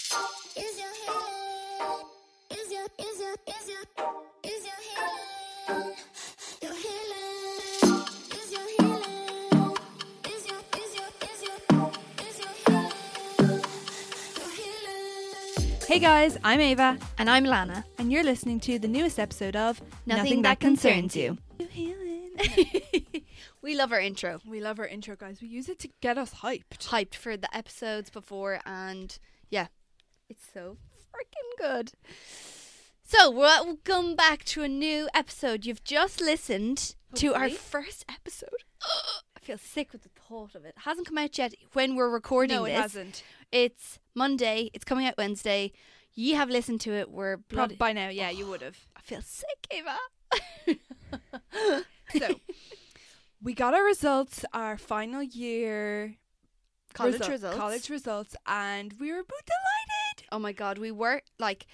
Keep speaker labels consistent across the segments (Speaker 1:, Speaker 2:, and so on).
Speaker 1: Is your head? Is your is your is your is your healing? Your healing is your healing. Is your is your is your is your healing? Your healing.
Speaker 2: Hey guys, I'm Ava,
Speaker 3: And I'm Lana.
Speaker 2: and you're listening to the newest episode of
Speaker 3: Nothing That Concerns You. we love our intro.
Speaker 2: We love our intro, guys. We use it to get us hyped.
Speaker 3: Hyped for the episodes before, and yeah, it's so freaking good. So, welcome back to a new episode. You've just listened to our
Speaker 2: Hopefully.
Speaker 3: first episode. I feel sick with the thought of it. Hasn't come out yet when we're recording
Speaker 2: No, it
Speaker 3: this.
Speaker 2: hasn't.
Speaker 3: It's Monday. It's coming out Wednesday. You have listened to it. We're bloody.
Speaker 2: Prob- by now, yeah, you would have.
Speaker 3: I feel sick, Eva.
Speaker 2: So, we got our results, our final year
Speaker 3: College
Speaker 2: result-
Speaker 3: results.
Speaker 2: college results, and we were both delighted.
Speaker 3: Oh my god, we were like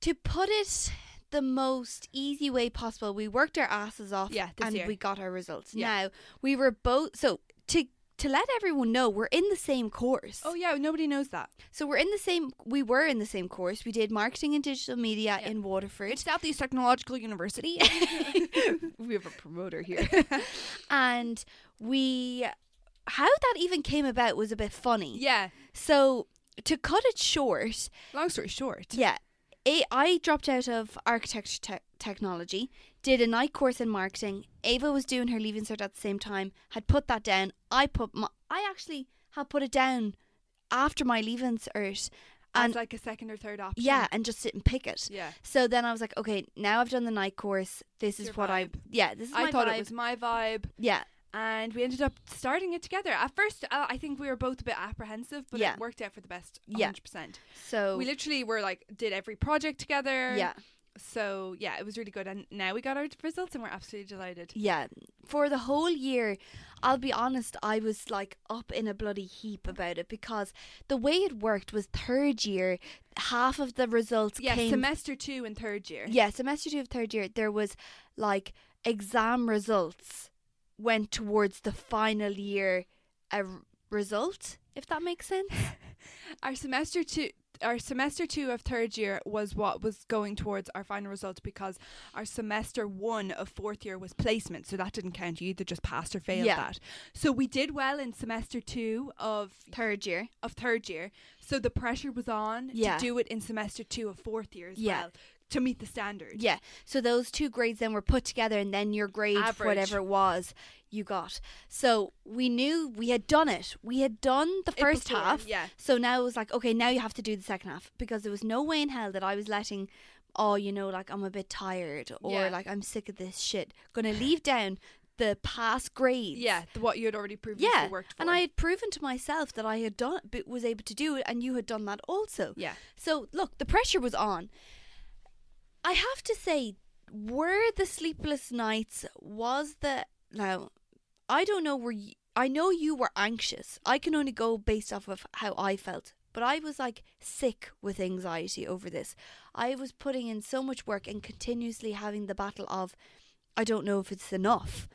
Speaker 3: to put it the most easy way possible. We worked our asses off,
Speaker 2: Yeah, this
Speaker 3: and
Speaker 2: year.
Speaker 3: we got our results.
Speaker 2: Yeah.
Speaker 3: Now we were both so to to let everyone know we're in the same course.
Speaker 2: Oh yeah, nobody knows that.
Speaker 3: So we're in the same. We were in the same course. We did marketing and digital media
Speaker 2: Yeah.
Speaker 3: in Waterford.
Speaker 2: Southeast Technological University.
Speaker 3: we have a promoter here, and we how that even came about was a bit funny.
Speaker 2: yeah.
Speaker 3: So to cut it short,
Speaker 2: Long story short.
Speaker 3: Yeah. A- I dropped out of architecture te- technology, did a night course in marketing. Ava was doing her leaving cert at the same time, had put that down. I put my, I actually had put it down after my leaving cert.
Speaker 2: And
Speaker 3: And
Speaker 2: like a second or third option.
Speaker 3: yeah, and just didn't pick it.
Speaker 2: Yeah.
Speaker 3: So then I was like, okay, now I've done the night course. This is
Speaker 2: Your
Speaker 3: what I,
Speaker 2: vibe.
Speaker 3: yeah, this is my
Speaker 2: I thought
Speaker 3: vibe.
Speaker 2: it was my vibe.
Speaker 3: yeah,
Speaker 2: and we ended up starting it together. At first, uh, I think we were both a bit apprehensive, but
Speaker 3: Yeah.
Speaker 2: it worked out for the best.
Speaker 3: Yeah.
Speaker 2: 100%.
Speaker 3: so,
Speaker 2: We literally were like, did every project together.
Speaker 3: yeah,
Speaker 2: So, yeah, it was really good. And now we got our results and we're absolutely delighted.
Speaker 3: yeah. For the whole year, I'll be honest, I was like up in a bloody heap about it because the way it worked was third year, half of the results
Speaker 2: Yeah,
Speaker 3: came.
Speaker 2: semester two and third year.
Speaker 3: yeah, semester two of third year, there was like exam results went towards the final year uh, r- result, if that makes sense.
Speaker 2: Our semester two. Our semester two of third year was what was going towards our final result because our semester one of fourth year was placement, so that didn't count. You either just passed or failed
Speaker 3: Yeah.
Speaker 2: that. So we did well in semester two of
Speaker 3: Third year.
Speaker 2: of third year. So the pressure was on
Speaker 3: Yeah.
Speaker 2: to do it in semester two of fourth year as
Speaker 3: Yeah.
Speaker 2: well to meet the standard.
Speaker 3: Yeah. So those two grades then were put together, and then your grade,
Speaker 2: Average.
Speaker 3: whatever it was, you got. So we knew we had done it. We had done the
Speaker 2: It
Speaker 3: first
Speaker 2: before,
Speaker 3: half.
Speaker 2: yeah.
Speaker 3: So now it was like, okay, now you have to do the second half because there was no way in hell that I was letting. Oh, you know, like I'm a bit tired, or
Speaker 2: Yeah.
Speaker 3: like I'm sick of this shit. Gonna leave down the past grades.
Speaker 2: Yeah, th- what you had already previously
Speaker 3: Yeah,
Speaker 2: worked for.
Speaker 3: and I had proven to myself that I had done, but was able to do it, and you had done that also.
Speaker 2: Yeah.
Speaker 3: So look, the pressure was on. I have to say, were the sleepless nights? Was the now? I don't know. Were you, I know you were anxious. I can only go based off of how I felt, but I was like sick with anxiety over this. I was putting in so much work and continuously having the battle of, I don't know if it's enough.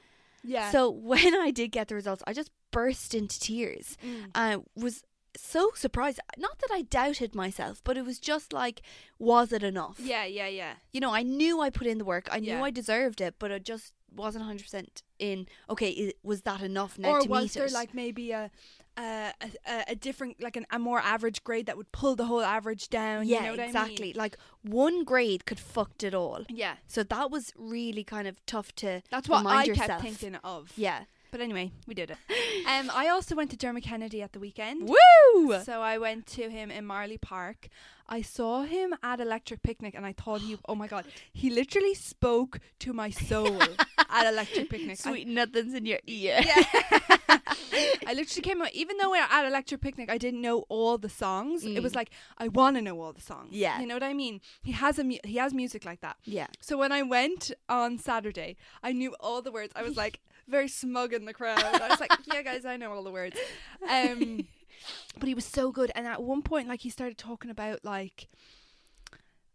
Speaker 2: Yeah.
Speaker 3: So when I did get the results, I just burst into tears.
Speaker 2: Mm.
Speaker 3: I was so surprised. Not that I doubted myself, but it was just like, was it enough?
Speaker 2: yeah, yeah, yeah.
Speaker 3: You know, I knew I put in the work. I knew
Speaker 2: Yeah.
Speaker 3: I deserved it, but I just wasn't hundred percent in. Okay, i was that enough now
Speaker 2: Or
Speaker 3: to
Speaker 2: was
Speaker 3: meet
Speaker 2: there
Speaker 3: it?
Speaker 2: like maybe a a, a, a different like an, a more average grade that would pull the whole average down?
Speaker 3: yeah,
Speaker 2: you know what
Speaker 3: exactly.
Speaker 2: I mean?
Speaker 3: Like one grade could fucked it all.
Speaker 2: Yeah,
Speaker 3: So that was really kind of tough to.
Speaker 2: that's what
Speaker 3: remind
Speaker 2: I
Speaker 3: yourself.
Speaker 2: kept thinking of.
Speaker 3: Yeah.
Speaker 2: But anyway, we did it. Um, I also went to Dermot Kennedy at the weekend.
Speaker 3: Woo!
Speaker 2: So I went to him in Marley Park. I saw him at Electric Picnic and I thought he, oh my God, he literally spoke to my soul at Electric Picnic. I-
Speaker 3: Sweet nothing's in your ear.
Speaker 2: I literally came out, even though at Electric Picnic I didn't know all the songs, it was like, I want to know all the songs.
Speaker 3: Yeah.
Speaker 2: You know what I mean? He has, a mu- he has music like that.
Speaker 3: yeah.
Speaker 2: So when I went on Saturday, I knew all the words. I was like very smug in the crowd. I was like, "Yeah, guys, I know all the words." Um, but he was so good, and at one point, like he started talking about like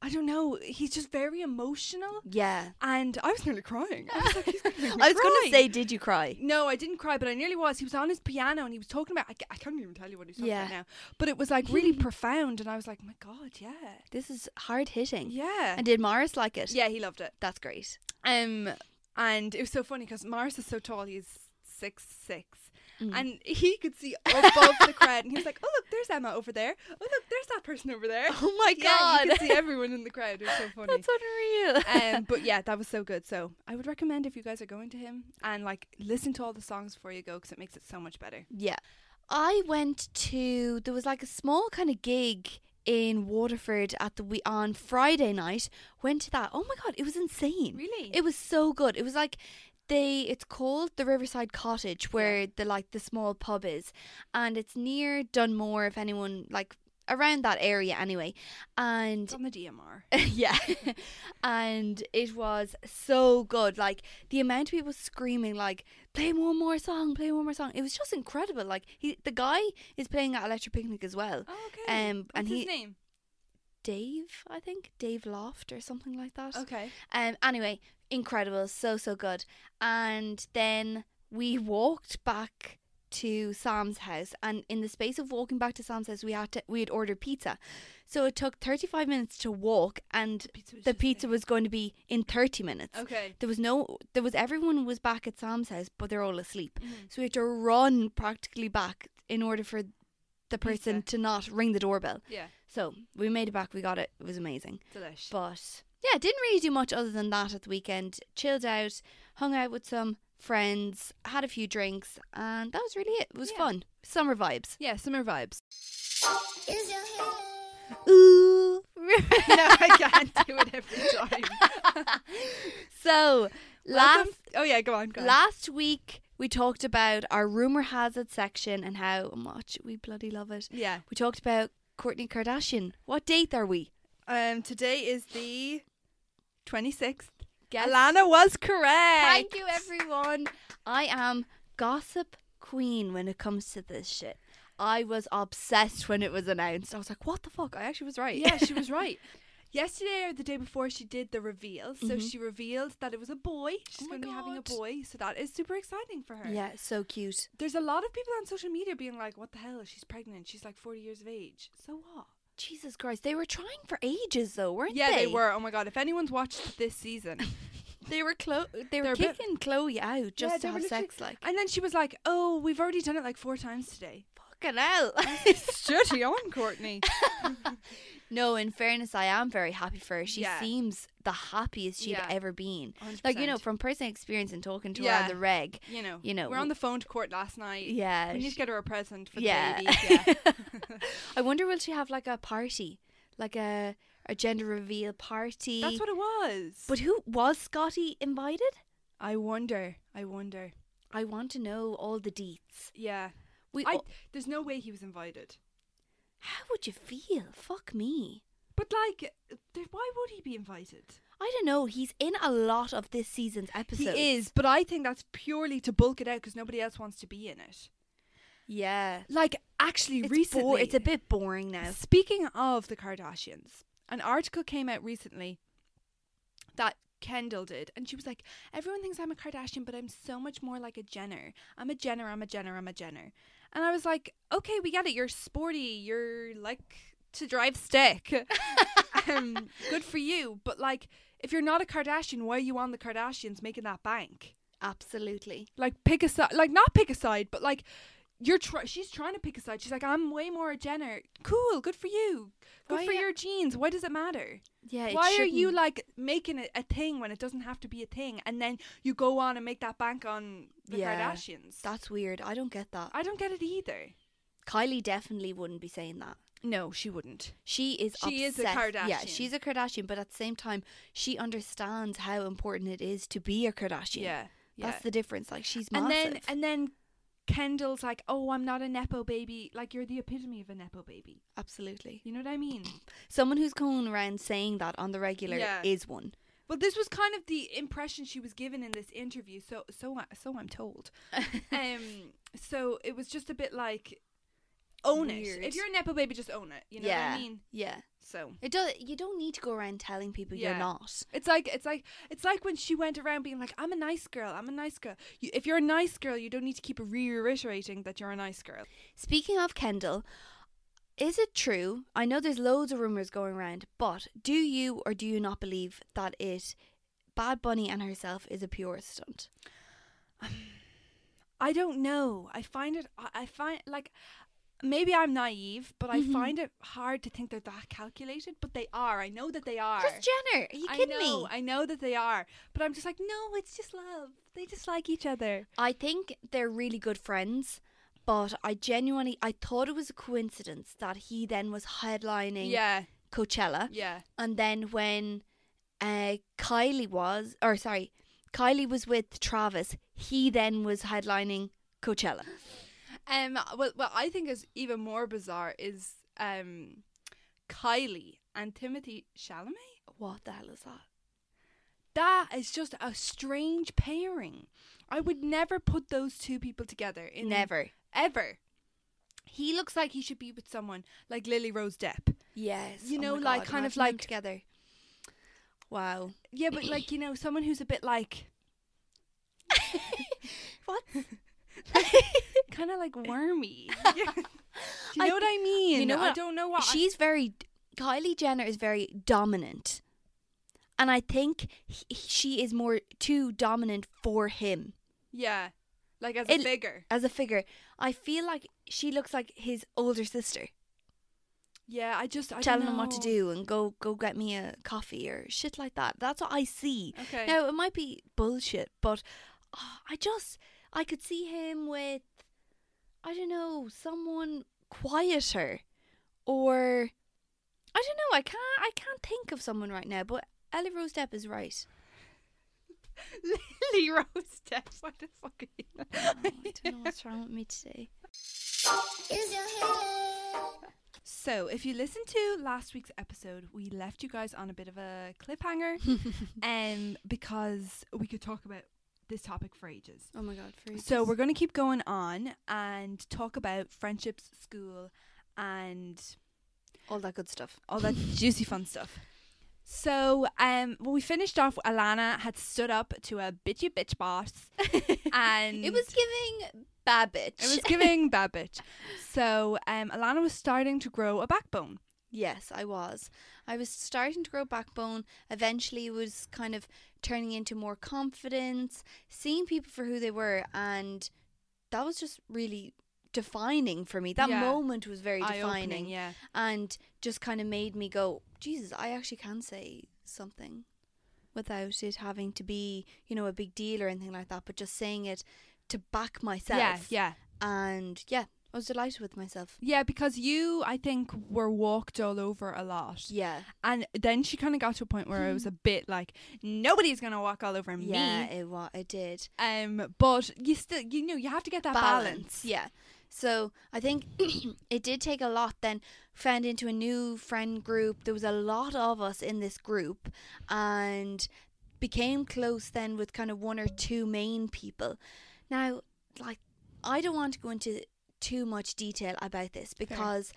Speaker 2: I don't know. He's just very emotional,
Speaker 3: Yeah.
Speaker 2: and I was nearly crying. I was, like, he's gonna make me
Speaker 3: I was going
Speaker 2: cry.
Speaker 3: to say, did you cry?
Speaker 2: No, I didn't cry, but I nearly was. He was on his piano and he was talking about. I, ca- I can't even tell you what he was talking about
Speaker 3: Yeah.
Speaker 2: now, but it was like really profound, and I was like, my God, yeah,
Speaker 3: This is hard hitting.
Speaker 2: yeah,
Speaker 3: And did Morris like it?
Speaker 2: yeah. He loved it.
Speaker 3: That's great.
Speaker 2: Um, and it was so funny because Morris is so tall. He's six six. And he could see above the crowd, and he was like, "Oh look, there's Emma over there. Oh look, there's that person over there."
Speaker 3: Oh my
Speaker 2: Yeah, you
Speaker 3: God.
Speaker 2: could see everyone in the crowd. It was so funny.
Speaker 3: That's unreal.
Speaker 2: um, but yeah, that was so good. So I would recommend if you guys are going to him and like listen to all the songs before you go because it makes it so much better.
Speaker 3: Yeah. I went to there was like a small kind of gig in Waterford at the we on Friday night. Went to that. Oh my god, it was insane.
Speaker 2: Really?
Speaker 3: It was so good. It was like they it's called the Riverside Cottage where the like the small pub is and it's near Dunmore if anyone like around that area anyway. And
Speaker 2: It's on the DMR.
Speaker 3: yeah. and it was so good. Like the amount of people screaming, like, play one more song, play one more song. It was just incredible. Like he the guy is playing at Electric Picnic as well.
Speaker 2: Oh, okay.
Speaker 3: Um,
Speaker 2: What's
Speaker 3: and
Speaker 2: his
Speaker 3: he-
Speaker 2: name?
Speaker 3: Dave, I think. Dave Loft or something like that.
Speaker 2: Okay.
Speaker 3: Um anyway, incredible. So so good. And then we walked back to Sam's house and in the space of walking back to Sam's house we had to we had ordered pizza. So it took thirty five minutes to walk and
Speaker 2: Pizza was
Speaker 3: the
Speaker 2: just
Speaker 3: pizza was going to be in 30 minutes.
Speaker 2: there. Okay.
Speaker 3: There was no, there was everyone was back at Sam's house, but they're all asleep.
Speaker 2: Mm-hmm.
Speaker 3: So we had to run practically back in order for the person
Speaker 2: Pizza.
Speaker 3: to not ring the doorbell.
Speaker 2: Yeah.
Speaker 3: So we made it back, we got it. It was amazing.
Speaker 2: Delish.
Speaker 3: But yeah, didn't really do much other than that at the weekend. Chilled out, hung out with some friends, had a few drinks, and that was really it. It was
Speaker 2: Yeah.
Speaker 3: fun. Summer vibes.
Speaker 2: Yeah, summer vibes.
Speaker 1: Is your healing?
Speaker 3: Ooh.
Speaker 2: no, I can't do it every time.
Speaker 3: so last
Speaker 2: Welcome- Oh yeah, go on. Go on.
Speaker 3: Last week we talked about our rumor has it section and how much we bloody love it.
Speaker 2: yeah.
Speaker 3: We talked about Courtney Kardashian. What date are we?
Speaker 2: Um, today is the twenty sixth.
Speaker 3: Guess.
Speaker 2: Alana was correct.
Speaker 3: Thank you, everyone. I am gossip queen when it comes to this shit. I was obsessed when it was announced. I was like, "What the fuck?" I actually was right.
Speaker 2: Yeah, she was right. Yesterday or the day before, she did the reveal. So she revealed that it was a boy. She's
Speaker 3: Mm-hmm. Oh my
Speaker 2: going to be having a
Speaker 3: God.
Speaker 2: boy. So that is super exciting for her.
Speaker 3: yeah, so cute.
Speaker 2: There's a lot of people on social media being like, what the hell? She's pregnant. She's like 40 years of age. So what?
Speaker 3: Jesus Christ, they were trying for ages though, weren't
Speaker 2: Yeah, they
Speaker 3: they?
Speaker 2: were. Oh my God. If anyone's watched this season,
Speaker 3: They were Chlo- They
Speaker 2: They're
Speaker 3: were
Speaker 2: a bit-
Speaker 3: kicking Chloe out
Speaker 2: Yeah,
Speaker 3: just
Speaker 2: they
Speaker 3: to
Speaker 2: were
Speaker 3: have
Speaker 2: literally-
Speaker 3: sex. Like
Speaker 2: And then she was like, oh, we've already done it like four times today.
Speaker 3: fucking hell.
Speaker 2: Shitty on, Courtney.
Speaker 3: No, in fairness, I am very happy for her. She
Speaker 2: Yeah.
Speaker 3: seems the happiest she'd
Speaker 2: Yeah.
Speaker 3: ever been. Like you know, from personal experience and talking to her
Speaker 2: Yeah.
Speaker 3: on the reg.
Speaker 2: you know,
Speaker 3: you know,
Speaker 2: we're on the phone to court last night.
Speaker 3: Yeah,
Speaker 2: We need
Speaker 3: sh-
Speaker 2: to get her a present for
Speaker 3: yeah.
Speaker 2: the baby. Yeah.
Speaker 3: I wonder will she have like a party, like a a gender reveal party?
Speaker 2: That's what it was.
Speaker 3: But who was Scotty invited?
Speaker 2: I wonder. I wonder.
Speaker 3: I want to know all the deets.
Speaker 2: Yeah.
Speaker 3: We.
Speaker 2: I,
Speaker 3: all-
Speaker 2: there's no way he was invited.
Speaker 3: how would you feel? Fuck me.
Speaker 2: But like, th- why would he be invited?
Speaker 3: I don't know. He's in a lot of this season's episodes.
Speaker 2: He is, but I think that's purely to bulk it out because nobody else wants to be in it.
Speaker 3: Yeah.
Speaker 2: Like, actually,
Speaker 3: It's
Speaker 2: recently,
Speaker 3: bo- it's a bit boring now.
Speaker 2: Speaking of the Kardashians, an article came out recently that Kendall did, and she was like, "Everyone thinks I'm a Kardashian, but I'm so much more like a Jenner. I'm a Jenner. I'm a Jenner. I'm a Jenner." And I was like, "Okay, we get it. You're sporty. You're like to drive stick. um, good for you. But like, if you're not a Kardashian, why are you on the Kardashians making that bank?
Speaker 3: Absolutely.
Speaker 2: Like, pick a side. Like, not pick a side, but like." You're try- she's trying to pick a side. She's like, I'm way more a Jenner. Cool, good for you. Good
Speaker 3: Why
Speaker 2: for
Speaker 3: a-
Speaker 2: your genes. Why does it matter?
Speaker 3: Yeah. it
Speaker 2: Why are you
Speaker 3: shouldn't-
Speaker 2: like making it a thing when it doesn't have to be a thing, and then you go on and make that bank on the
Speaker 3: Yeah,
Speaker 2: Kardashians?
Speaker 3: That's weird. I don't get that.
Speaker 2: I don't get it either.
Speaker 3: Kylie definitely wouldn't be saying that.
Speaker 2: No, she wouldn't.
Speaker 3: She is.
Speaker 2: She is a
Speaker 3: obsessed- Yeah,
Speaker 2: Kardashian.
Speaker 3: she's a Kardashian, but at the same time, she understands how important it is to be a Kardashian.
Speaker 2: Yeah, yeah.
Speaker 3: that's the difference. Like she's
Speaker 2: and
Speaker 3: massive.
Speaker 2: then and then Kendall's like, "Oh, I'm not a nepo baby. Like you're the epitome of a nepo baby.
Speaker 3: Absolutely,
Speaker 2: You know what I mean?"
Speaker 3: someone who's going around saying that on the regular
Speaker 2: Yeah.
Speaker 3: is one.
Speaker 2: Well, this was kind of the impression she was given in this interview. So, Um, so, I- so I'm told. um, so it was just a bit like own it.
Speaker 3: Weird.
Speaker 2: If you're a nepo baby, just own it. You know what
Speaker 3: Yeah.
Speaker 2: I mean?
Speaker 3: Yeah.
Speaker 2: So
Speaker 3: It does. You don't need to go around telling people
Speaker 2: Yeah.
Speaker 3: you're not.
Speaker 2: it's like it's like it's like when she went around being like, "I'm a nice girl. I'm a nice girl." You, if you're a nice girl, you don't need to keep reiterating that you're a nice girl.
Speaker 3: Speaking of Kendall, is it true? I know there's loads of rumors going around, but do you or do you not believe that it Bad Bunny and herself is a pure stunt?
Speaker 2: I don't know. I find it. I- I find like maybe I'm naive, but I
Speaker 3: Mhm.
Speaker 2: find it hard to think they're that calculated. But they are. I know that they are.
Speaker 3: Kris Jenner, are you
Speaker 2: I
Speaker 3: kidding
Speaker 2: know,
Speaker 3: me?
Speaker 2: I know that they are, but I'm just like, no, it's just love. They just like each other.
Speaker 3: I think they're really good friends, but I genuinely I thought it was a coincidence that he then was headlining
Speaker 2: Yeah,
Speaker 3: Coachella.
Speaker 2: yeah,
Speaker 3: And then when uh, Kylie was, or sorry, Kylie was with Travis, he then was headlining Coachella.
Speaker 2: Um, well, what I think is even more bizarre is um, Kylie and Timothy Chalamet.
Speaker 3: What the hell is that?
Speaker 2: That is just a strange pairing. I would never put those two people together. In
Speaker 3: Never.
Speaker 2: ever. He looks like he should be with someone like Lily Rose Depp.
Speaker 3: Yes.
Speaker 2: You
Speaker 3: Oh
Speaker 2: know,
Speaker 3: my
Speaker 2: like,
Speaker 3: God,
Speaker 2: kind of
Speaker 3: imagine them
Speaker 2: like-
Speaker 3: together. Wow.
Speaker 2: Yeah, but like you know, someone who's a bit like
Speaker 3: What?
Speaker 2: kind of like wormy. Do you
Speaker 3: I
Speaker 2: know what I mean?
Speaker 3: you know
Speaker 2: I
Speaker 3: what?
Speaker 2: don't know what I-
Speaker 3: She's very Kylie Jenner is very dominant. And I think he, she is more too dominant for him
Speaker 2: yeah, like as a
Speaker 3: It-
Speaker 2: figure.
Speaker 3: as a figure. I feel like she looks like his older sister.
Speaker 2: Yeah, I just I
Speaker 3: telling
Speaker 2: don't
Speaker 3: him what to
Speaker 2: know.
Speaker 3: do and go go get me a coffee or shit like that. That's what I see.
Speaker 2: Okay.
Speaker 3: Now it might be bullshit, but oh, I just I could see him with I don't know someone quieter or I don't know. I can't I can't think of someone right now, but. Ellie Rose Depp is right.
Speaker 2: Lily Rose Depp. What the fuck are you?
Speaker 3: Oh, I don't know what's wrong with me today.
Speaker 1: Is your head?
Speaker 2: So, if you listened to last week's episode, we left you guys on a bit of a cliffhanger, um, because we could talk about this topic for ages.
Speaker 3: Oh my god! Freaks.
Speaker 2: So we're going to keep going on and talk about friendships, school, and
Speaker 3: all that good stuff.
Speaker 2: all that juicy fun stuff. So, um, when we finished off, Alana had stood up to a bitchy bitch boss, and
Speaker 3: it was giving bad bitch.
Speaker 2: it was giving bad bitch. So, um, Alana was starting to grow a backbone.
Speaker 3: Yes, I was. I was starting to grow backbone. Eventually, it was kind of turning into more confidence, seeing people for who they were, and that was just really defining for me. That
Speaker 2: Yeah.
Speaker 3: moment was very
Speaker 2: Eye-opening,
Speaker 3: defining,
Speaker 2: yeah.
Speaker 3: and just kind of made me go, "Jesus, I actually can say something." Without it having to be, you know, a big deal or anything like that, but just saying it to back myself.
Speaker 2: Yeah, yeah,
Speaker 3: And yeah, I was delighted with myself.
Speaker 2: yeah. Because you, I think, were walked all over a lot.
Speaker 3: Yeah.
Speaker 2: And then she kind of got to a point where it was a bit like nobody's gonna walk all over me.
Speaker 3: Hmm. Yeah, it wa it did.
Speaker 2: Um, but you still, you know, you have to get that balance.
Speaker 3: Yeah. So I think it did take a lot then found into a new friend group. There was a lot of us in this group and became close then with kind of one or two main people. Now, like I don't want to go into too much detail about this because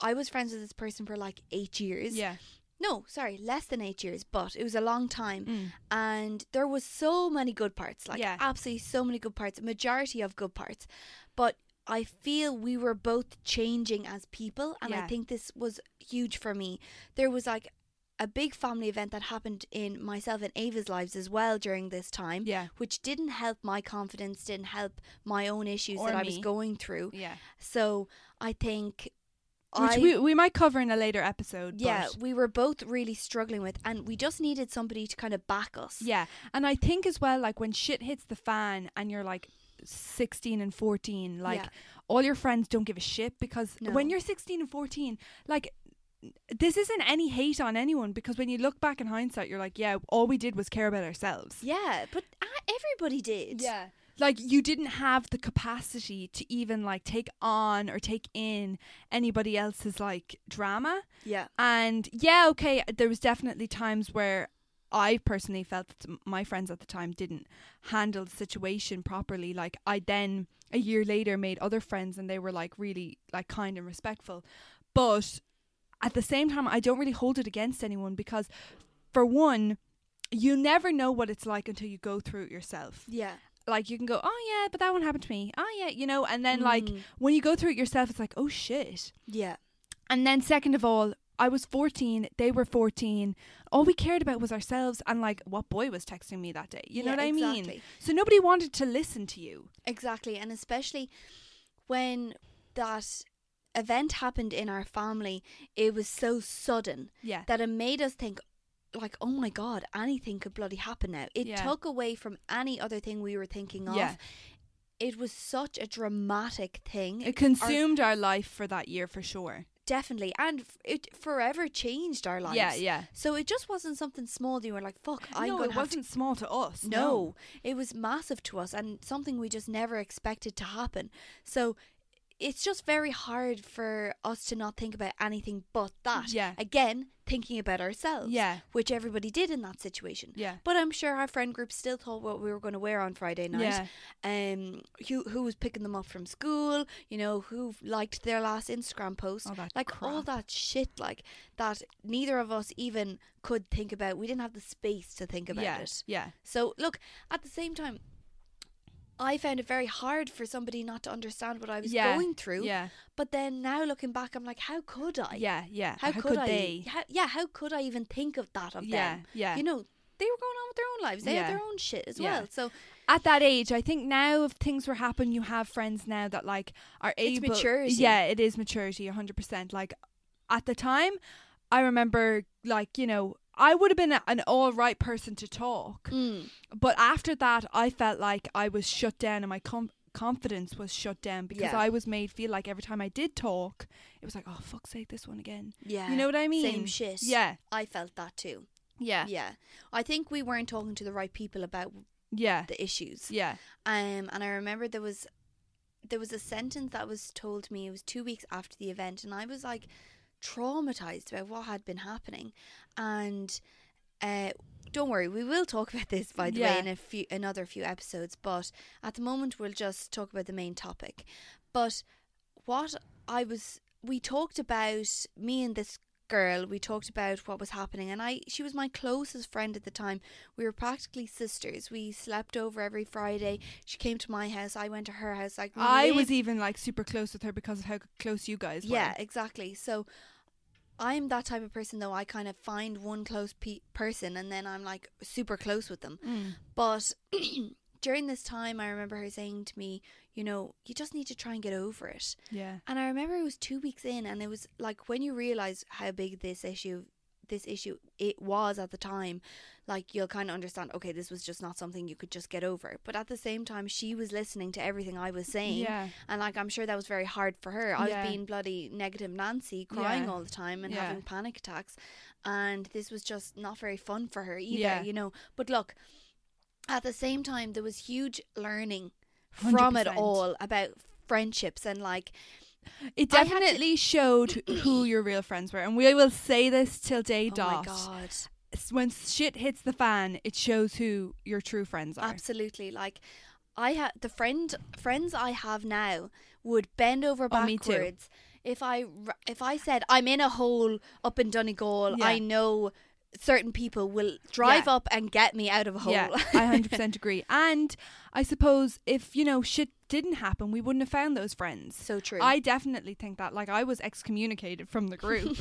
Speaker 3: I was friends with this person for like eight years.
Speaker 2: Yeah.
Speaker 3: No, sorry, less than eight years, but it was a long time. And there was so many good parts, like
Speaker 2: Mm. Yeah.
Speaker 3: absolutely so many good parts, majority of good parts. But I feel we were both changing as people, and
Speaker 2: Yeah.
Speaker 3: I think this was huge for me. There was like a big family event that happened in myself and Ava's lives as well during this time,
Speaker 2: Yeah.
Speaker 3: which didn't help my confidence, didn't help my own issues
Speaker 2: Or
Speaker 3: that I was
Speaker 2: me.
Speaker 3: going through.
Speaker 2: Yeah.
Speaker 3: So I think
Speaker 2: Which
Speaker 3: I
Speaker 2: we, we might cover in a later episode.
Speaker 3: yeah,
Speaker 2: but-
Speaker 3: we were both really struggling with, and we just needed somebody to kind of back us.
Speaker 2: yeah. And I think as well, like when shit hits the fan and you're like 16 and 14, like
Speaker 3: Yeah.
Speaker 2: all your friends don't give a shit because when
Speaker 3: No.
Speaker 2: you're 16 and 14, like this isn't any hate on anyone because when you look back in hindsight, you're like, yeah, all we did was care about ourselves.
Speaker 3: Yeah, but uh, everybody did.
Speaker 2: Yeah. Like you didn't have the capacity to even like take on or take in anybody else's like drama.
Speaker 3: yeah,
Speaker 2: And yeah, okay, there was definitely times where I personally felt that m- my friends at the time didn't handle the situation properly. Like I then a year later made other friends and they were like really like kind and respectful. But at the same time I don't really hold it against anyone because for one, you never know what it's like until you go through it yourself.
Speaker 3: Yeah.
Speaker 2: Like you can go, "Oh yeah, but that one happened to me." "Oh yeah," you know, and then like when you go through it yourself it's like, "Oh shit."
Speaker 3: yeah.
Speaker 2: And then, second of all, I was 14, they were 14. All we cared about was ourselves and like what boy was texting me that day. You know
Speaker 3: Yeah,
Speaker 2: what I mean?
Speaker 3: exactly.
Speaker 2: So nobody wanted to listen to you.
Speaker 3: Exactly, and especially when that event happened in our family, it was so sudden
Speaker 2: Yeah.
Speaker 3: that it made us think like, oh my god, anything could bloody happen now. It
Speaker 2: Yeah.
Speaker 3: took away from any other thing we were thinking of.
Speaker 2: Yeah.
Speaker 3: It was such a dramatic thing.
Speaker 2: It
Speaker 3: Our-
Speaker 2: consumed our life for that year for sure.
Speaker 3: definitely, and f- it forever changed our lives.
Speaker 2: Yeah, yeah.
Speaker 3: So it just wasn't something small. that You were like, "Fuck, I'm
Speaker 2: no,
Speaker 3: going
Speaker 2: it
Speaker 3: to have to
Speaker 2: wasn't small to us.
Speaker 3: No, it was massive to us and something we just never expected to happen. So it's just very hard for us to not think about anything but that.
Speaker 2: Yeah.
Speaker 3: Again, thinking about ourselves.
Speaker 2: Yeah.
Speaker 3: Which everybody did in that situation.
Speaker 2: Yeah.
Speaker 3: But I'm sure our friend group still thought what we were going to wear on Friday night.
Speaker 2: Yeah.
Speaker 3: Um, who who was picking them up from school? You know, who liked their last Instagram post?
Speaker 2: All that
Speaker 3: like all
Speaker 2: crap.
Speaker 3: that shit, like that. Neither of us even could think about. We didn't have the space to think about
Speaker 2: yeah.
Speaker 3: it.
Speaker 2: Yeah.
Speaker 3: So look, at the same time, I found it very hard for somebody not to understand what I was
Speaker 2: Yeah,
Speaker 3: going through.
Speaker 2: yeah.
Speaker 3: But then now looking back, I'm like, how could I?
Speaker 2: Yeah. Yeah.
Speaker 3: How, could, I?
Speaker 2: they?
Speaker 3: How, yeah. How could I even think of that of
Speaker 2: Yeah,
Speaker 3: them?
Speaker 2: yeah.
Speaker 3: You know, they were going on with their own lives. They
Speaker 2: Yeah.
Speaker 3: had their own shit as
Speaker 2: Yeah.
Speaker 3: well. So
Speaker 2: at that age, I think now if things were happening, you have friends now that like are
Speaker 3: It's
Speaker 2: able.
Speaker 3: maturity.
Speaker 2: Yeah, it is maturity, hundred percent. Like at the time, I remember like you know I would have been a, an all right person to talk,
Speaker 3: mm,
Speaker 2: but after that, I felt like I was shut down and my com- confidence was shut down because
Speaker 3: Yeah.
Speaker 2: I was made feel like every time I did talk, it was like oh fuck's sake, this one again.
Speaker 3: yeah.
Speaker 2: You know what I mean?
Speaker 3: Same shit.
Speaker 2: Yeah,
Speaker 3: I felt that too.
Speaker 2: yeah,
Speaker 3: Yeah. I think we weren't talking to the right people about
Speaker 2: yeah,
Speaker 3: the issues.
Speaker 2: yeah,
Speaker 3: Um, and I remember there was there was a sentence that was told me. It was two weeks after the event, and I was like traumatized about what had been happening. And uh, don't worry, we will talk about this by the
Speaker 2: Yeah.
Speaker 3: way in a few another few episodes. But at the moment, we'll just talk about the main topic. But what I was we talked about me and this girl we talked about what was happening and I she was my closest friend at the time we were practically sisters we slept over every Friday she came to my house I went to her house like we
Speaker 2: I was
Speaker 3: lived-
Speaker 2: even like super close with her because of how close you guys were.
Speaker 3: yeah exactly so I'm that type of person though I kind of find one close pe- person and then I'm like super close with them
Speaker 2: Mm.
Speaker 3: but during this time I remember her saying to me you know you just need to try and get over it
Speaker 2: yeah,
Speaker 3: and I remember it was two weeks in, and it was like when you realize how big this issue, this issue it was at the time, like you'll kind of understand. Okay, this was just not something you could just get over. But at the same time, she was listening to everything I was saying,
Speaker 2: yeah.
Speaker 3: and like I'm sure that was very hard for her. I
Speaker 2: Yeah.
Speaker 3: was being bloody negative Nancy, crying
Speaker 2: Yeah.
Speaker 3: all the time and
Speaker 2: Yeah.
Speaker 3: having panic attacks, and this was just not very fun for her either.
Speaker 2: Yeah.
Speaker 3: You know. But look, at the same time, there was huge learning from it
Speaker 2: 100%.
Speaker 3: all about friendships and like
Speaker 2: It
Speaker 3: I had to-
Speaker 2: definitely showed who your real friends were, and we will say this till day dot.
Speaker 3: Oh my god.
Speaker 2: S- When shit hits the fan, it shows who your true friends are.
Speaker 3: Absolutely. Like I had the friend friends I have now would bend over
Speaker 2: Oh, me
Speaker 3: backwards
Speaker 2: too.
Speaker 3: if I r- if I said I'm in a hole up in Donegal,
Speaker 2: Yeah.
Speaker 3: I know certain people will drive
Speaker 2: Yeah.
Speaker 3: up and get me out of a hole.
Speaker 2: Yeah, I hundred percent agree. And I suppose if you know shit didn't happen, we wouldn't have found those friends.
Speaker 3: So true.
Speaker 2: I definitely think that. Like I was excommunicated from the group,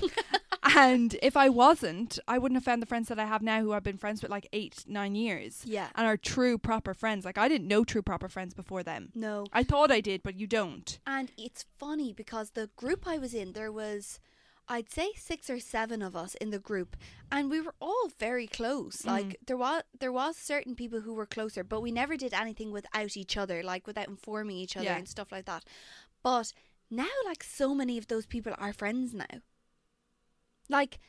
Speaker 2: and if I wasn't, I wouldn't have found the friends that I have now, who I've been friends with like eight, nine years.
Speaker 3: Yeah.
Speaker 2: and are true proper friends. Like I didn't know true proper friends before them.
Speaker 3: no.
Speaker 2: I thought I did, but you don't.
Speaker 3: And it's funny because the group I was in, there was, I'd say six or seven of us in the group, and we were all very close.
Speaker 2: Mm.
Speaker 3: Like there was there was certain people who were closer, but we never did anything without each other, like without informing each other
Speaker 2: Yeah.
Speaker 3: and stuff like that. But now, like so many of those people are friends now. Like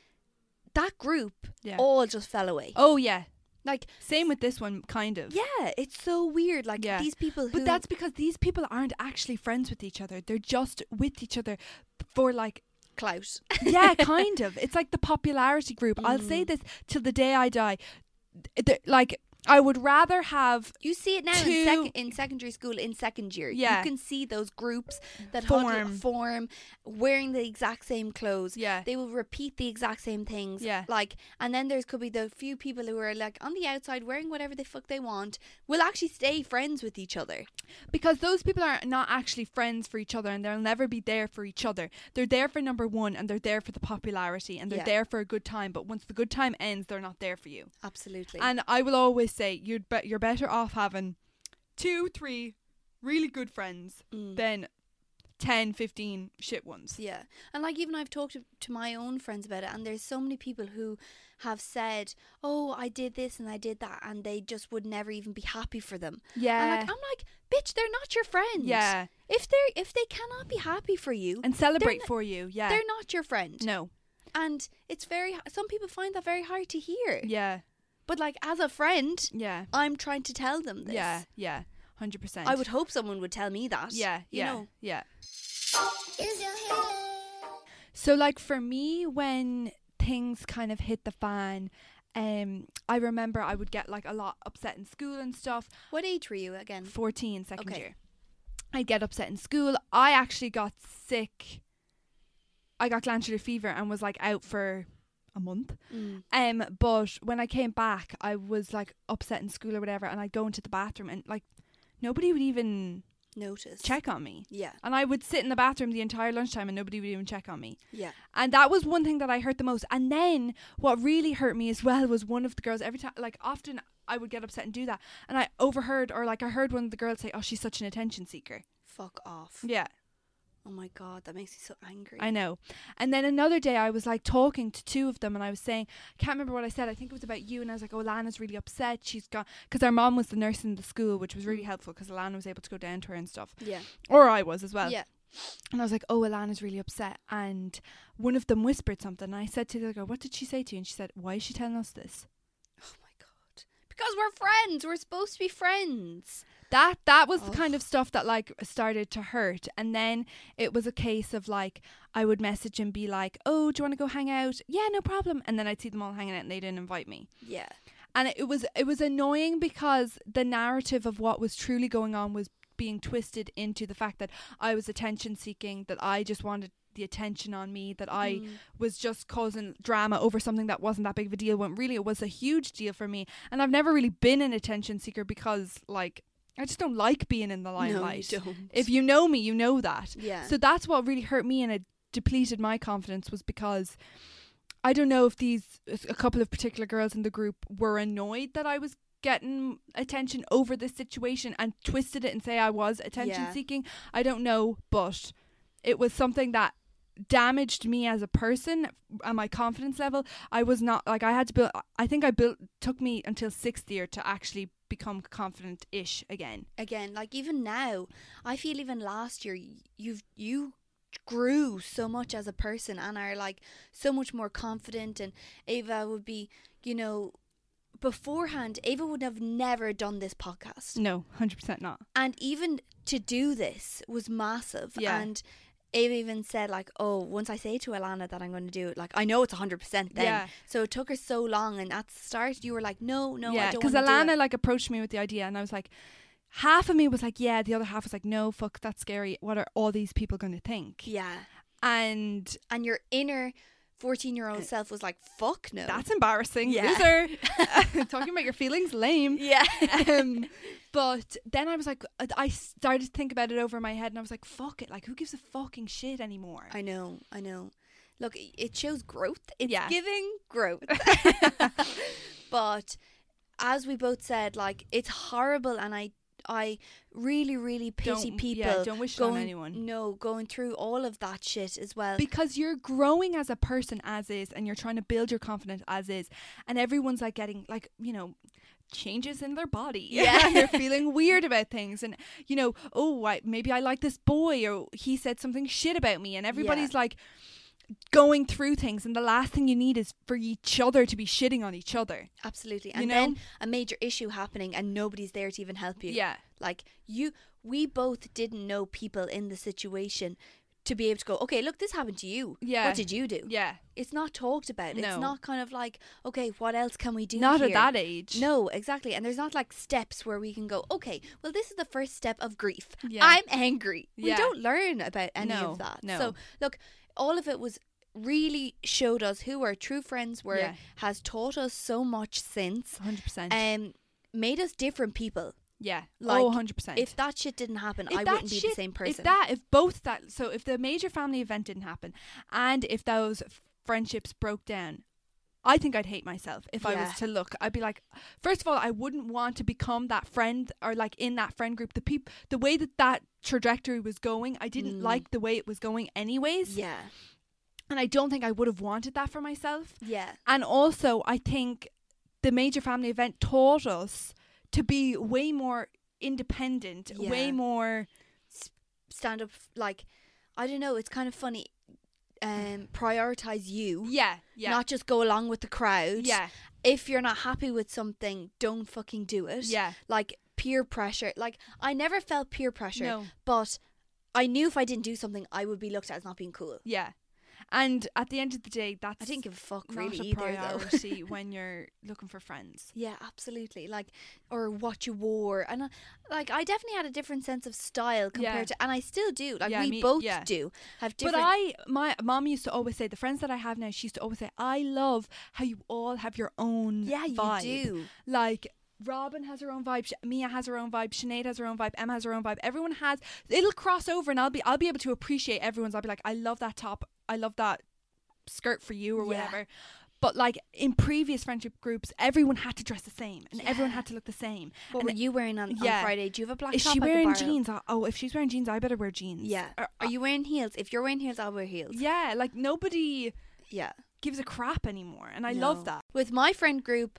Speaker 3: that group
Speaker 2: Yeah.
Speaker 3: all just fell away.
Speaker 2: Oh yeah,
Speaker 3: Like
Speaker 2: Same with this one, kind of.
Speaker 3: yeah, it's so weird. Like
Speaker 2: Yeah.
Speaker 3: these people who
Speaker 2: But that's because these people aren't actually friends with each other. They're just with each other for like,
Speaker 3: clout. Mm.
Speaker 2: yeah, kind of. It's like the popularity group. I'll say this till the day I die. th- like I would rather have
Speaker 3: You see it now
Speaker 2: Two-
Speaker 3: in, sec- in secondary school in second year.
Speaker 2: Yeah.
Speaker 3: You can see those groups that
Speaker 2: Form.
Speaker 3: form. form wearing the exact same clothes.
Speaker 2: Yeah.
Speaker 3: They will repeat the exact same things.
Speaker 2: Yeah.
Speaker 3: Like and then there's could be the few people who are like on the outside wearing whatever the fuck they want will actually stay friends with each other.
Speaker 2: because those people are not actually friends for each other and they'll never be there for each other. They're there for number 1 and they're there for the popularity and they're
Speaker 3: Yeah.
Speaker 2: there for a good time, but once the good time ends, they're not there for you.
Speaker 3: Absolutely.
Speaker 2: And I will always say you'd bet you're better off having two, three really good friends
Speaker 3: Mm.
Speaker 2: than 10, 15 shit ones.
Speaker 3: Yeah. And like even I've talked to, to my own friends about it and there's so many people who have said, "Oh, I did this and I did that," and they just would never even be happy for them. And like I'm like, "Bitch, they're not your friend."
Speaker 2: yeah.
Speaker 3: If they are if they cannot be happy for you,
Speaker 2: And celebrate
Speaker 3: not-
Speaker 2: for you. Yeah.
Speaker 3: they're not your friend.
Speaker 2: no.
Speaker 3: And it's very some people find that very hard to hear.
Speaker 2: Yeah.
Speaker 3: But like as a friend,
Speaker 2: Yeah.
Speaker 3: I'm trying to tell them this.
Speaker 2: Yeah. Yeah. 100%.
Speaker 3: I would hope someone would tell me that.
Speaker 2: Yeah.
Speaker 3: You
Speaker 2: Yeah.
Speaker 3: know.
Speaker 2: Yeah.
Speaker 1: Is your healing?
Speaker 2: So like for me when things kind of hit the fan um I remember I would get like a lot upset in school and stuff
Speaker 3: What age were you again?
Speaker 2: 14 second
Speaker 3: Okay.
Speaker 2: year. I'd get upset in school. I actually got sick. I got glandular fever and was like out for a month.
Speaker 3: Mm.
Speaker 2: Um, but when I came back, I was like upset in school or whatever, and I'd go into the bathroom and like nobody would even
Speaker 3: Notice.
Speaker 2: check on me.
Speaker 3: Yeah.
Speaker 2: And I would sit in the bathroom the entire lunchtime and nobody would even check on me.
Speaker 3: Yeah.
Speaker 2: And that was one thing that I hurt the most. And then what really hurt me as well was one of the girls every time like often I would get upset and do that. And I overheard or like I heard one of the girls say, Oh, she's such an attention seeker.
Speaker 3: Fuck off.
Speaker 2: Yeah.
Speaker 3: Oh my god, that makes me so angry.
Speaker 2: I know. And then another day I was like talking to two of them and I was saying, I can't remember what I said. I think it was about you. And I was like, oh, Alana's really upset. She's gone. Because our mom was the nurse in the school, which was really helpful because Alana was able to go down to her and stuff.
Speaker 3: Yeah.
Speaker 2: Mm. Or I was as well.
Speaker 3: yeah.
Speaker 2: And I was like, oh, Alana's really upset. And one of them whispered something. And I said to the other girl, what did she say to you? And she said, why is she telling us this?
Speaker 3: Oh my god. Because we're friends. We're supposed to be friends.
Speaker 2: That that was the
Speaker 3: Ugh.
Speaker 2: kind of stuff that like started to hurt. And then it was a case of like I would message and be like, Oh, do you want to go hang out? Yeah, no problem. And then I'd see them all hanging out and they didn't invite me.
Speaker 3: Yeah.
Speaker 2: and it was it was annoying because the narrative of what was truly going on was being twisted into the fact that I was attention seeking, that I just wanted the attention on me, that I
Speaker 3: Mm.
Speaker 2: was just causing drama over something that wasn't that big of a deal when really it was a huge deal for me. And I've never really been an attention seeker because like I just don't like being in the limelight.
Speaker 3: No, you don't.
Speaker 2: if you know me, you know that.
Speaker 3: yeah.
Speaker 2: So that's what really hurt me and it depleted my confidence was because I don't know if these a couple of particular girls in the group were annoyed that I was getting attention over this situation and twisted it and say I was attention
Speaker 3: Yeah.
Speaker 2: seeking. I don't know, but it was something that damaged me as a person and my confidence level. I was not like I had to build I think I built took me until 6th year to actually become confident ish again.
Speaker 3: again like even now i feel even last year y- you've you grew so much as a person and are like so much more confident and ava would be you know beforehand ava would have never done this podcast
Speaker 2: No, 100% not.
Speaker 3: and even to do this was massive
Speaker 2: Yeah.
Speaker 3: and Ava even said like, "Oh, once I say to Alana that I'm going to do it, like I know it's 100 percent then."
Speaker 2: Yeah.
Speaker 3: So it took her so long, and at the start you were like, "No, no,
Speaker 2: yeah,
Speaker 3: I don't."
Speaker 2: because
Speaker 3: wanna do it."
Speaker 2: Alana like approached me with the idea, and I was like, half of me was like, yeah, the other half was like, no, fuck, that's scary. What are all these people going to think?
Speaker 3: yeah,
Speaker 2: And
Speaker 3: and your inner 14 year old self was like, fuck no.
Speaker 2: that's embarrassing,
Speaker 3: Yeah.
Speaker 2: loser. Talking about your feelings, lame.
Speaker 3: yeah.
Speaker 2: Um, but then I was like, uh, I started to think about it over my head, and I was like, fuck it, like who gives a fucking shit anymore?
Speaker 3: I know, I know. Look, i- it shows growth. It's
Speaker 2: Yeah.
Speaker 3: giving growth. but as we both said, like, it's horrible, and I. I really, really pity
Speaker 2: Don't-
Speaker 3: people.
Speaker 2: yeah, don't wish it on
Speaker 3: going,
Speaker 2: anyone.
Speaker 3: No, going through all of that shit as well.
Speaker 2: because you're growing as a person as is and you're trying to build your confidence as is and everyone's like getting like you know changes in their body
Speaker 3: Yeah.
Speaker 2: they're feeling weird about things and you know oh I, maybe i like this boy or he said something shit about me and everybody's like going through things and the last thing you need is for each other to be shitting on each other
Speaker 3: Absolutely, and
Speaker 2: know?
Speaker 3: then a major issue happening, and nobody's there to even help you.
Speaker 2: yeah
Speaker 3: Like you, we both didn't know people in the situation to be able to go, okay, look, this happened to you.
Speaker 2: Yeah.
Speaker 3: What did you do?
Speaker 2: Yeah.
Speaker 3: It's not talked about.
Speaker 2: No.
Speaker 3: It's not kind of like, okay, what else can we do?
Speaker 2: Not at
Speaker 3: here?
Speaker 2: that age.
Speaker 3: No, exactly. And there's not like steps where we can go, okay, well, this is the first step of grief.
Speaker 2: Yeah.
Speaker 3: I'm angry.
Speaker 2: Yeah.
Speaker 3: We don't learn about any
Speaker 2: No,
Speaker 3: of that.
Speaker 2: no.
Speaker 3: So, look, all of it was really showed us who our true friends were,
Speaker 2: Yeah.
Speaker 3: has taught us so much since,
Speaker 2: 100%.
Speaker 3: um, made us different people.
Speaker 2: yeah.
Speaker 3: Like,
Speaker 2: oh, 100%.
Speaker 3: If that shit didn't happen,
Speaker 2: If
Speaker 3: I
Speaker 2: that
Speaker 3: wouldn't be the
Speaker 2: shit-
Speaker 3: same person.
Speaker 2: If that, if both that, so if the major family event didn't happen, and if those f- friendships broke down, I think I'd hate myself if I
Speaker 3: Yeah.
Speaker 2: was to look. I'd be like, first of all, I wouldn't want to become that friend or like in that friend group. The peop, the way that that trajectory was going, I didn't
Speaker 3: Mm.
Speaker 2: like the way it was going, anyways.
Speaker 3: yeah.
Speaker 2: And I don't think I would have wanted that for myself.
Speaker 3: Yeah.
Speaker 2: And also, I think the major family event taught us to be way more independent, way
Speaker 3: Yeah.
Speaker 2: more.
Speaker 3: Stand up, like, I don't know, it's kind of funny. Um, prioritize you,
Speaker 2: Yeah, yeah.
Speaker 3: not just go along with the crowd.
Speaker 2: yeah,
Speaker 3: if you're not happy with something, don't fucking do it.
Speaker 2: yeah.
Speaker 3: Like peer pressure. Like I never felt peer pressure,
Speaker 2: No.
Speaker 3: but I knew if I didn't do something, I would be looked at as not being cool.
Speaker 2: Yeah. And at the end of the day, that's
Speaker 3: I didn't give a fuck
Speaker 2: not
Speaker 3: really
Speaker 2: a
Speaker 3: either, though.
Speaker 2: priority when you're looking for friends.
Speaker 3: yeah, absolutely. Like, or what you wore, and uh, like I definitely had a different sense of style
Speaker 2: Yeah.
Speaker 3: compared to, and I still do. Like
Speaker 2: Yeah,
Speaker 3: we
Speaker 2: me-
Speaker 3: both
Speaker 2: yeah.
Speaker 3: do have different.
Speaker 2: But I, my mom used to always say, the friends that I have now, she used to always say, I love how you all have your own
Speaker 3: yeah, you
Speaker 2: vibe.
Speaker 3: do.
Speaker 2: Like, Robin has her own vibe. Sh- Mia has her own vibe. Sinead has her own vibe. Emma has her own vibe. Everyone has. It'll cross over, and I'll be I'll be able to appreciate everyone's. I'll be like, I love that top. I love that skirt for you, or
Speaker 3: Yeah.
Speaker 2: whatever. But like in previous friendship groups, everyone had to dress the same, and everyone
Speaker 3: Yeah.
Speaker 2: had to look the same.
Speaker 3: What
Speaker 2: And
Speaker 3: were you wearing on,
Speaker 2: yeah.
Speaker 3: on Friday? Do you have a black
Speaker 2: Is
Speaker 3: top?
Speaker 2: she
Speaker 3: I could
Speaker 2: wearing
Speaker 3: borrow?
Speaker 2: jeans? I- Oh, if she's wearing jeans, I better wear jeans.
Speaker 3: Yeah. Uh,
Speaker 2: Or- uh
Speaker 3: Are you wearing heels? If you're wearing heels, I'll wear heels.
Speaker 2: yeah, like nobody
Speaker 3: Yeah.
Speaker 2: gives a crap anymore, and I
Speaker 3: No.
Speaker 2: love that.
Speaker 3: With my friend group,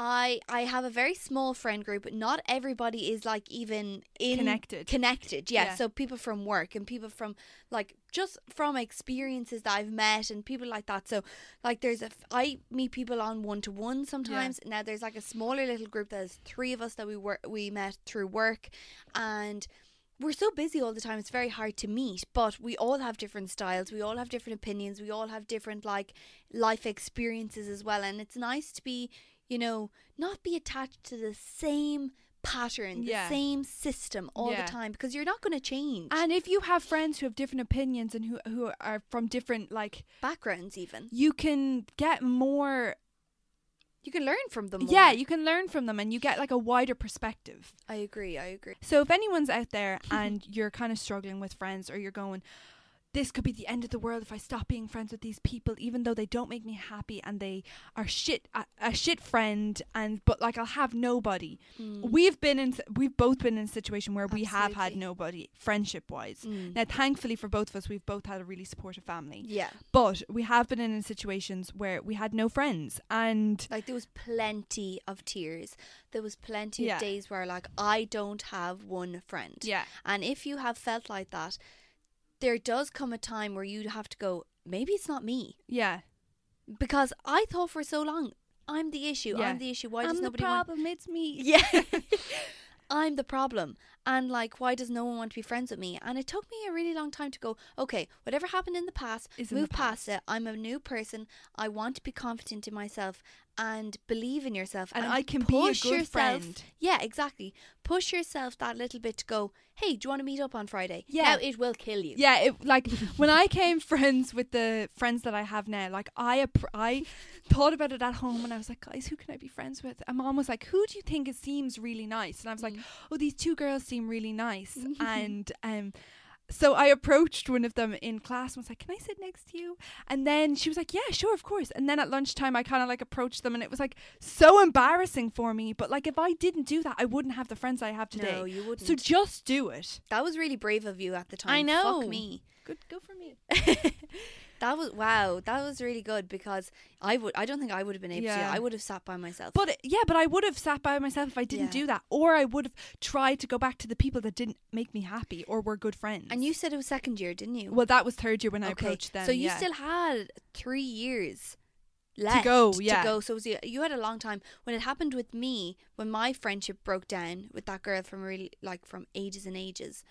Speaker 3: I I have a very small friend group. Not everybody is like even in
Speaker 2: Connected.
Speaker 3: Connected, yeah.
Speaker 2: Yeah.
Speaker 3: So people from work and people from like just from experiences that I've met and people like that. So like there's a f- I meet people on one to one sometimes. Now there's like a smaller little group that is three of us that we were we met through work, and we're so busy all the time it's very hard to meet but we all have different styles we all have different opinions we all have different like life experiences as well and it's nice to be you know not be attached to the same pattern the
Speaker 2: Yeah.
Speaker 3: same system all
Speaker 2: Yeah.
Speaker 3: the time because you're not going to change
Speaker 2: And if you have friends who have different opinions and who who are from different like
Speaker 3: backgrounds even
Speaker 2: you can get more,
Speaker 3: you can learn from them
Speaker 2: yeah
Speaker 3: more.
Speaker 2: you can learn from them and you get like a wider perspective
Speaker 3: i agree i agree
Speaker 2: so if anyone's out there and you're kind of struggling with friends or you're going this could be the end of the world if i stop being friends with these people even though they don't make me happy and they are shit a, a shit friend and but like i'll have nobody we've been in s- we've both been in a situation where we have had
Speaker 3: Mm. Absolutely.
Speaker 2: nobody friendship wise
Speaker 3: Mm.
Speaker 2: now thankfully for both of us we've both had a really supportive family
Speaker 3: yeah
Speaker 2: but we have been in situations where we had no friends and
Speaker 3: Like there was plenty of tears. There was plenty
Speaker 2: Yeah.
Speaker 3: of days where like I don't have one friend.
Speaker 2: Yeah.
Speaker 3: And if you have felt like that, there does come a time where you have to go, maybe it's not me.
Speaker 2: yeah
Speaker 3: Because I thought for so long, I'm the issue.
Speaker 2: Yeah.
Speaker 3: I'm the issue. Why
Speaker 2: I'm
Speaker 3: does
Speaker 2: the
Speaker 3: nobody want
Speaker 2: problem it's me
Speaker 3: Yeah. I'm the problem. And like why does no one want to be friends with me? And it took me a really long time to go, okay, whatever happened in the past,
Speaker 2: Is in the
Speaker 3: move past it. I'm a new person. I want to be confident in myself and believe in yourself.
Speaker 2: And I can be a
Speaker 3: push
Speaker 2: good friend.
Speaker 3: Yeah, exactly. Push yourself that little bit to go, hey, do you want to meet up on Friday?
Speaker 2: Yeah.
Speaker 3: Now it will kill you.
Speaker 2: yeah it, like when i came friends with the friends that i have now like i appr- i thought about it at home and i was like guys who can i be friends with and mom was like who do you think it seems really nice and i was like
Speaker 3: Mm-hmm.
Speaker 2: oh these two girls seem really nice and um so I approached one of them in class and was like, "Can I sit next to you?" And then she was like, "Yeah, sure, of course." And then at lunchtime, I kind of like approached them, and it was like so embarrassing for me. But like, if I didn't do that, I wouldn't have the friends I have today.
Speaker 3: No, you wouldn't.
Speaker 2: So just do it.
Speaker 3: that was really brave of you at the time.
Speaker 2: I know.
Speaker 3: Fuck me.
Speaker 2: Good, go for me.
Speaker 3: That was wow. That was really good because I would. I don't think I would have been able to. do
Speaker 2: Yeah.
Speaker 3: that. I would have sat by myself.
Speaker 2: But it- yeah, but I would have sat by myself if I didn't
Speaker 3: Yeah.
Speaker 2: do that, or I would have tried to go back to the people that didn't make me happy or were good friends.
Speaker 3: and you said it was second year, didn't you?
Speaker 2: well, that was third year when I approached them.
Speaker 3: So you
Speaker 2: yeah.
Speaker 3: still had three years left
Speaker 2: go, yeah.
Speaker 3: To go. So it was, you had a long time. When it happened with me, when my friendship broke down with that girl from really like from ages and ages,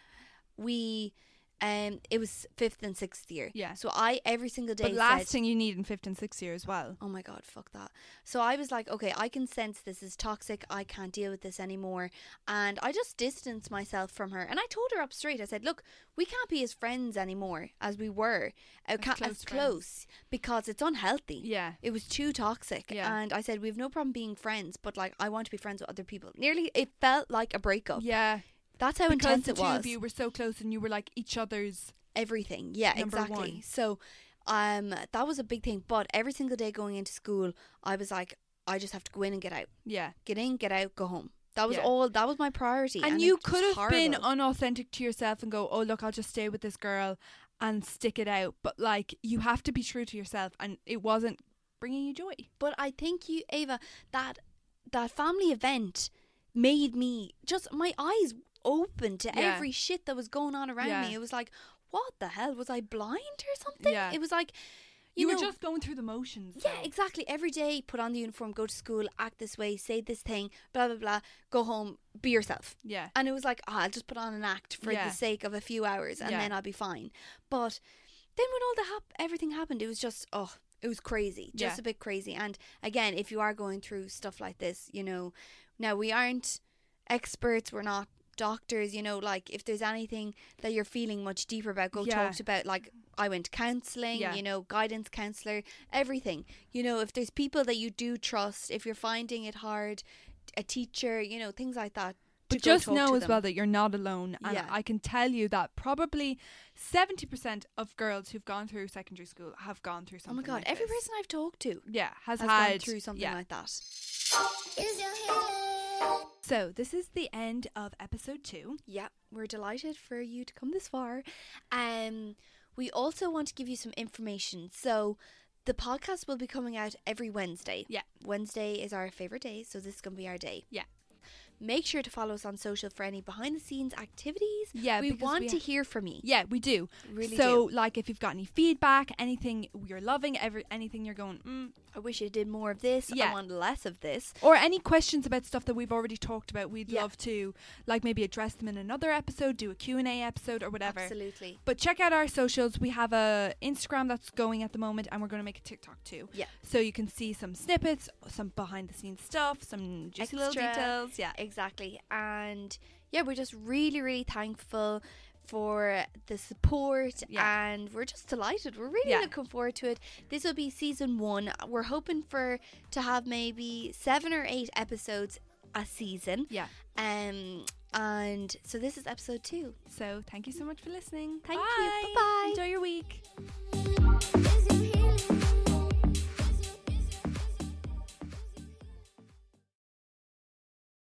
Speaker 3: we Um, it was fifth and sixth year.
Speaker 2: Yeah.
Speaker 3: So I every single day.
Speaker 2: But last
Speaker 3: said,
Speaker 2: thing you need in fifth and sixth year as well.
Speaker 3: Oh my god, fuck that. So I was like, okay, I can sense this is toxic. I can't deal with this anymore. And I just distanced myself from her. And I told her up straight. I said, look, we can't be as friends anymore as we were. Uh, can't,
Speaker 2: close
Speaker 3: as
Speaker 2: friends.
Speaker 3: close because it's unhealthy.
Speaker 2: Yeah.
Speaker 3: It was too toxic.
Speaker 2: Yeah.
Speaker 3: And I said, we have no problem being friends, but like, I want to be friends with other people. Nearly, it felt like a breakup.
Speaker 2: Yeah.
Speaker 3: That's Oh, how
Speaker 2: because
Speaker 3: intense
Speaker 2: the
Speaker 3: it
Speaker 2: two
Speaker 3: was
Speaker 2: of you were so close and you were like each other's.
Speaker 3: everything. Yeah,
Speaker 2: Number
Speaker 3: exactly.
Speaker 2: one.
Speaker 3: So um that was a big thing. But every single day going into school, I was like, I just have to go in and get out.
Speaker 2: Yeah.
Speaker 3: Get in, get out, go home. That was
Speaker 2: Yeah.
Speaker 3: all that was my priority.
Speaker 2: and you
Speaker 3: it was
Speaker 2: could have been
Speaker 3: horrible.
Speaker 2: unauthentic to yourself and go, oh, look, I'll just stay with this girl and stick it out. But like, you have to be true to yourself. And it wasn't bringing you joy.
Speaker 3: But I think you Ava, that that family event made me just my eyes open to
Speaker 2: Yeah.
Speaker 3: every shit that was going on around
Speaker 2: Yeah.
Speaker 3: me. It was like, what the hell? Was I blind or something?
Speaker 2: Yeah.
Speaker 3: It was like you,
Speaker 2: You,
Speaker 3: know,
Speaker 2: were just going through the motions.
Speaker 3: Yeah,
Speaker 2: though.
Speaker 3: exactly. Every day, put on the uniform, go to school, act this way, say this thing, blah, blah, blah, go home, be yourself.
Speaker 2: Yeah.
Speaker 3: And it was like, ah, I'll just put on an act for
Speaker 2: Yeah.
Speaker 3: the sake of a few hours and
Speaker 2: Yeah.
Speaker 3: then I'll be fine. But then when all the hap- everything happened, it was just, oh, it was crazy, just
Speaker 2: Yeah.
Speaker 3: a bit crazy. And again, if you are going through stuff like this, you know, now we aren't experts, we're not doctors, you know, like if there's anything that you're feeling much deeper about, go
Speaker 2: Yeah.
Speaker 3: talk to about like I went counseling,
Speaker 2: Yeah.
Speaker 3: you know, guidance counselor, everything. You know, if there's people that you do trust, if you're finding it hard, a teacher, you know, things like that.
Speaker 2: But
Speaker 3: to go
Speaker 2: just
Speaker 3: talk
Speaker 2: know
Speaker 3: to
Speaker 2: as
Speaker 3: them.
Speaker 2: well that you're not alone. And
Speaker 3: Yeah.
Speaker 2: I can tell you that probably 70% of girls who've gone through secondary school have gone through
Speaker 3: Oh
Speaker 2: something.
Speaker 3: my god,
Speaker 2: like
Speaker 3: every
Speaker 2: this.
Speaker 3: person I've talked to
Speaker 2: Yeah, has,
Speaker 3: has gone
Speaker 2: had
Speaker 3: through something
Speaker 2: yeah.
Speaker 3: like that.
Speaker 1: Is your healing?
Speaker 2: So, this is the end of episode two.
Speaker 3: Yeah, we're delighted for you to come this far. Um, we also want to give you some information. So, the podcast will be coming out every Wednesday.
Speaker 2: Yeah.
Speaker 3: Wednesday is our favorite day, so this is going to be our day.
Speaker 2: Yeah.
Speaker 3: Make sure to follow us on social for any behind the scenes activities.
Speaker 2: Yeah,
Speaker 3: we
Speaker 2: because
Speaker 3: want
Speaker 2: we
Speaker 3: to
Speaker 2: ha-
Speaker 3: hear from you.
Speaker 2: Yeah, we do.
Speaker 3: Really
Speaker 2: so, like, if you've got any feedback, anything you're loving, every anything you're going, mm,
Speaker 3: I wish you did more of this. I
Speaker 2: Yeah.
Speaker 3: want less of this.
Speaker 2: or any questions about stuff that we've already talked about, we'd
Speaker 3: Yeah.
Speaker 2: love to, like, maybe address them in another episode, do a Q and A episode, or whatever.
Speaker 3: Absolutely.
Speaker 2: But check out our socials. We have a Instagram that's going at the moment, and we're going to make a TikTok too.
Speaker 3: Yeah.
Speaker 2: So you can see some snippets, some behind the scenes stuff, some juicy little
Speaker 3: Extra.
Speaker 2: details. Yeah.
Speaker 3: Exactly. And yeah, we're just really, really thankful for the support
Speaker 2: Yeah.
Speaker 3: and we're just delighted. We're really
Speaker 2: Yeah.
Speaker 3: looking forward to it. This will be season one. We're hoping for to have maybe seven or eight episodes a season.
Speaker 2: Yeah.
Speaker 3: Um and so this is episode two.
Speaker 2: So thank you so much for listening.
Speaker 3: Thank
Speaker 2: Bye.
Speaker 3: you. Bye bye.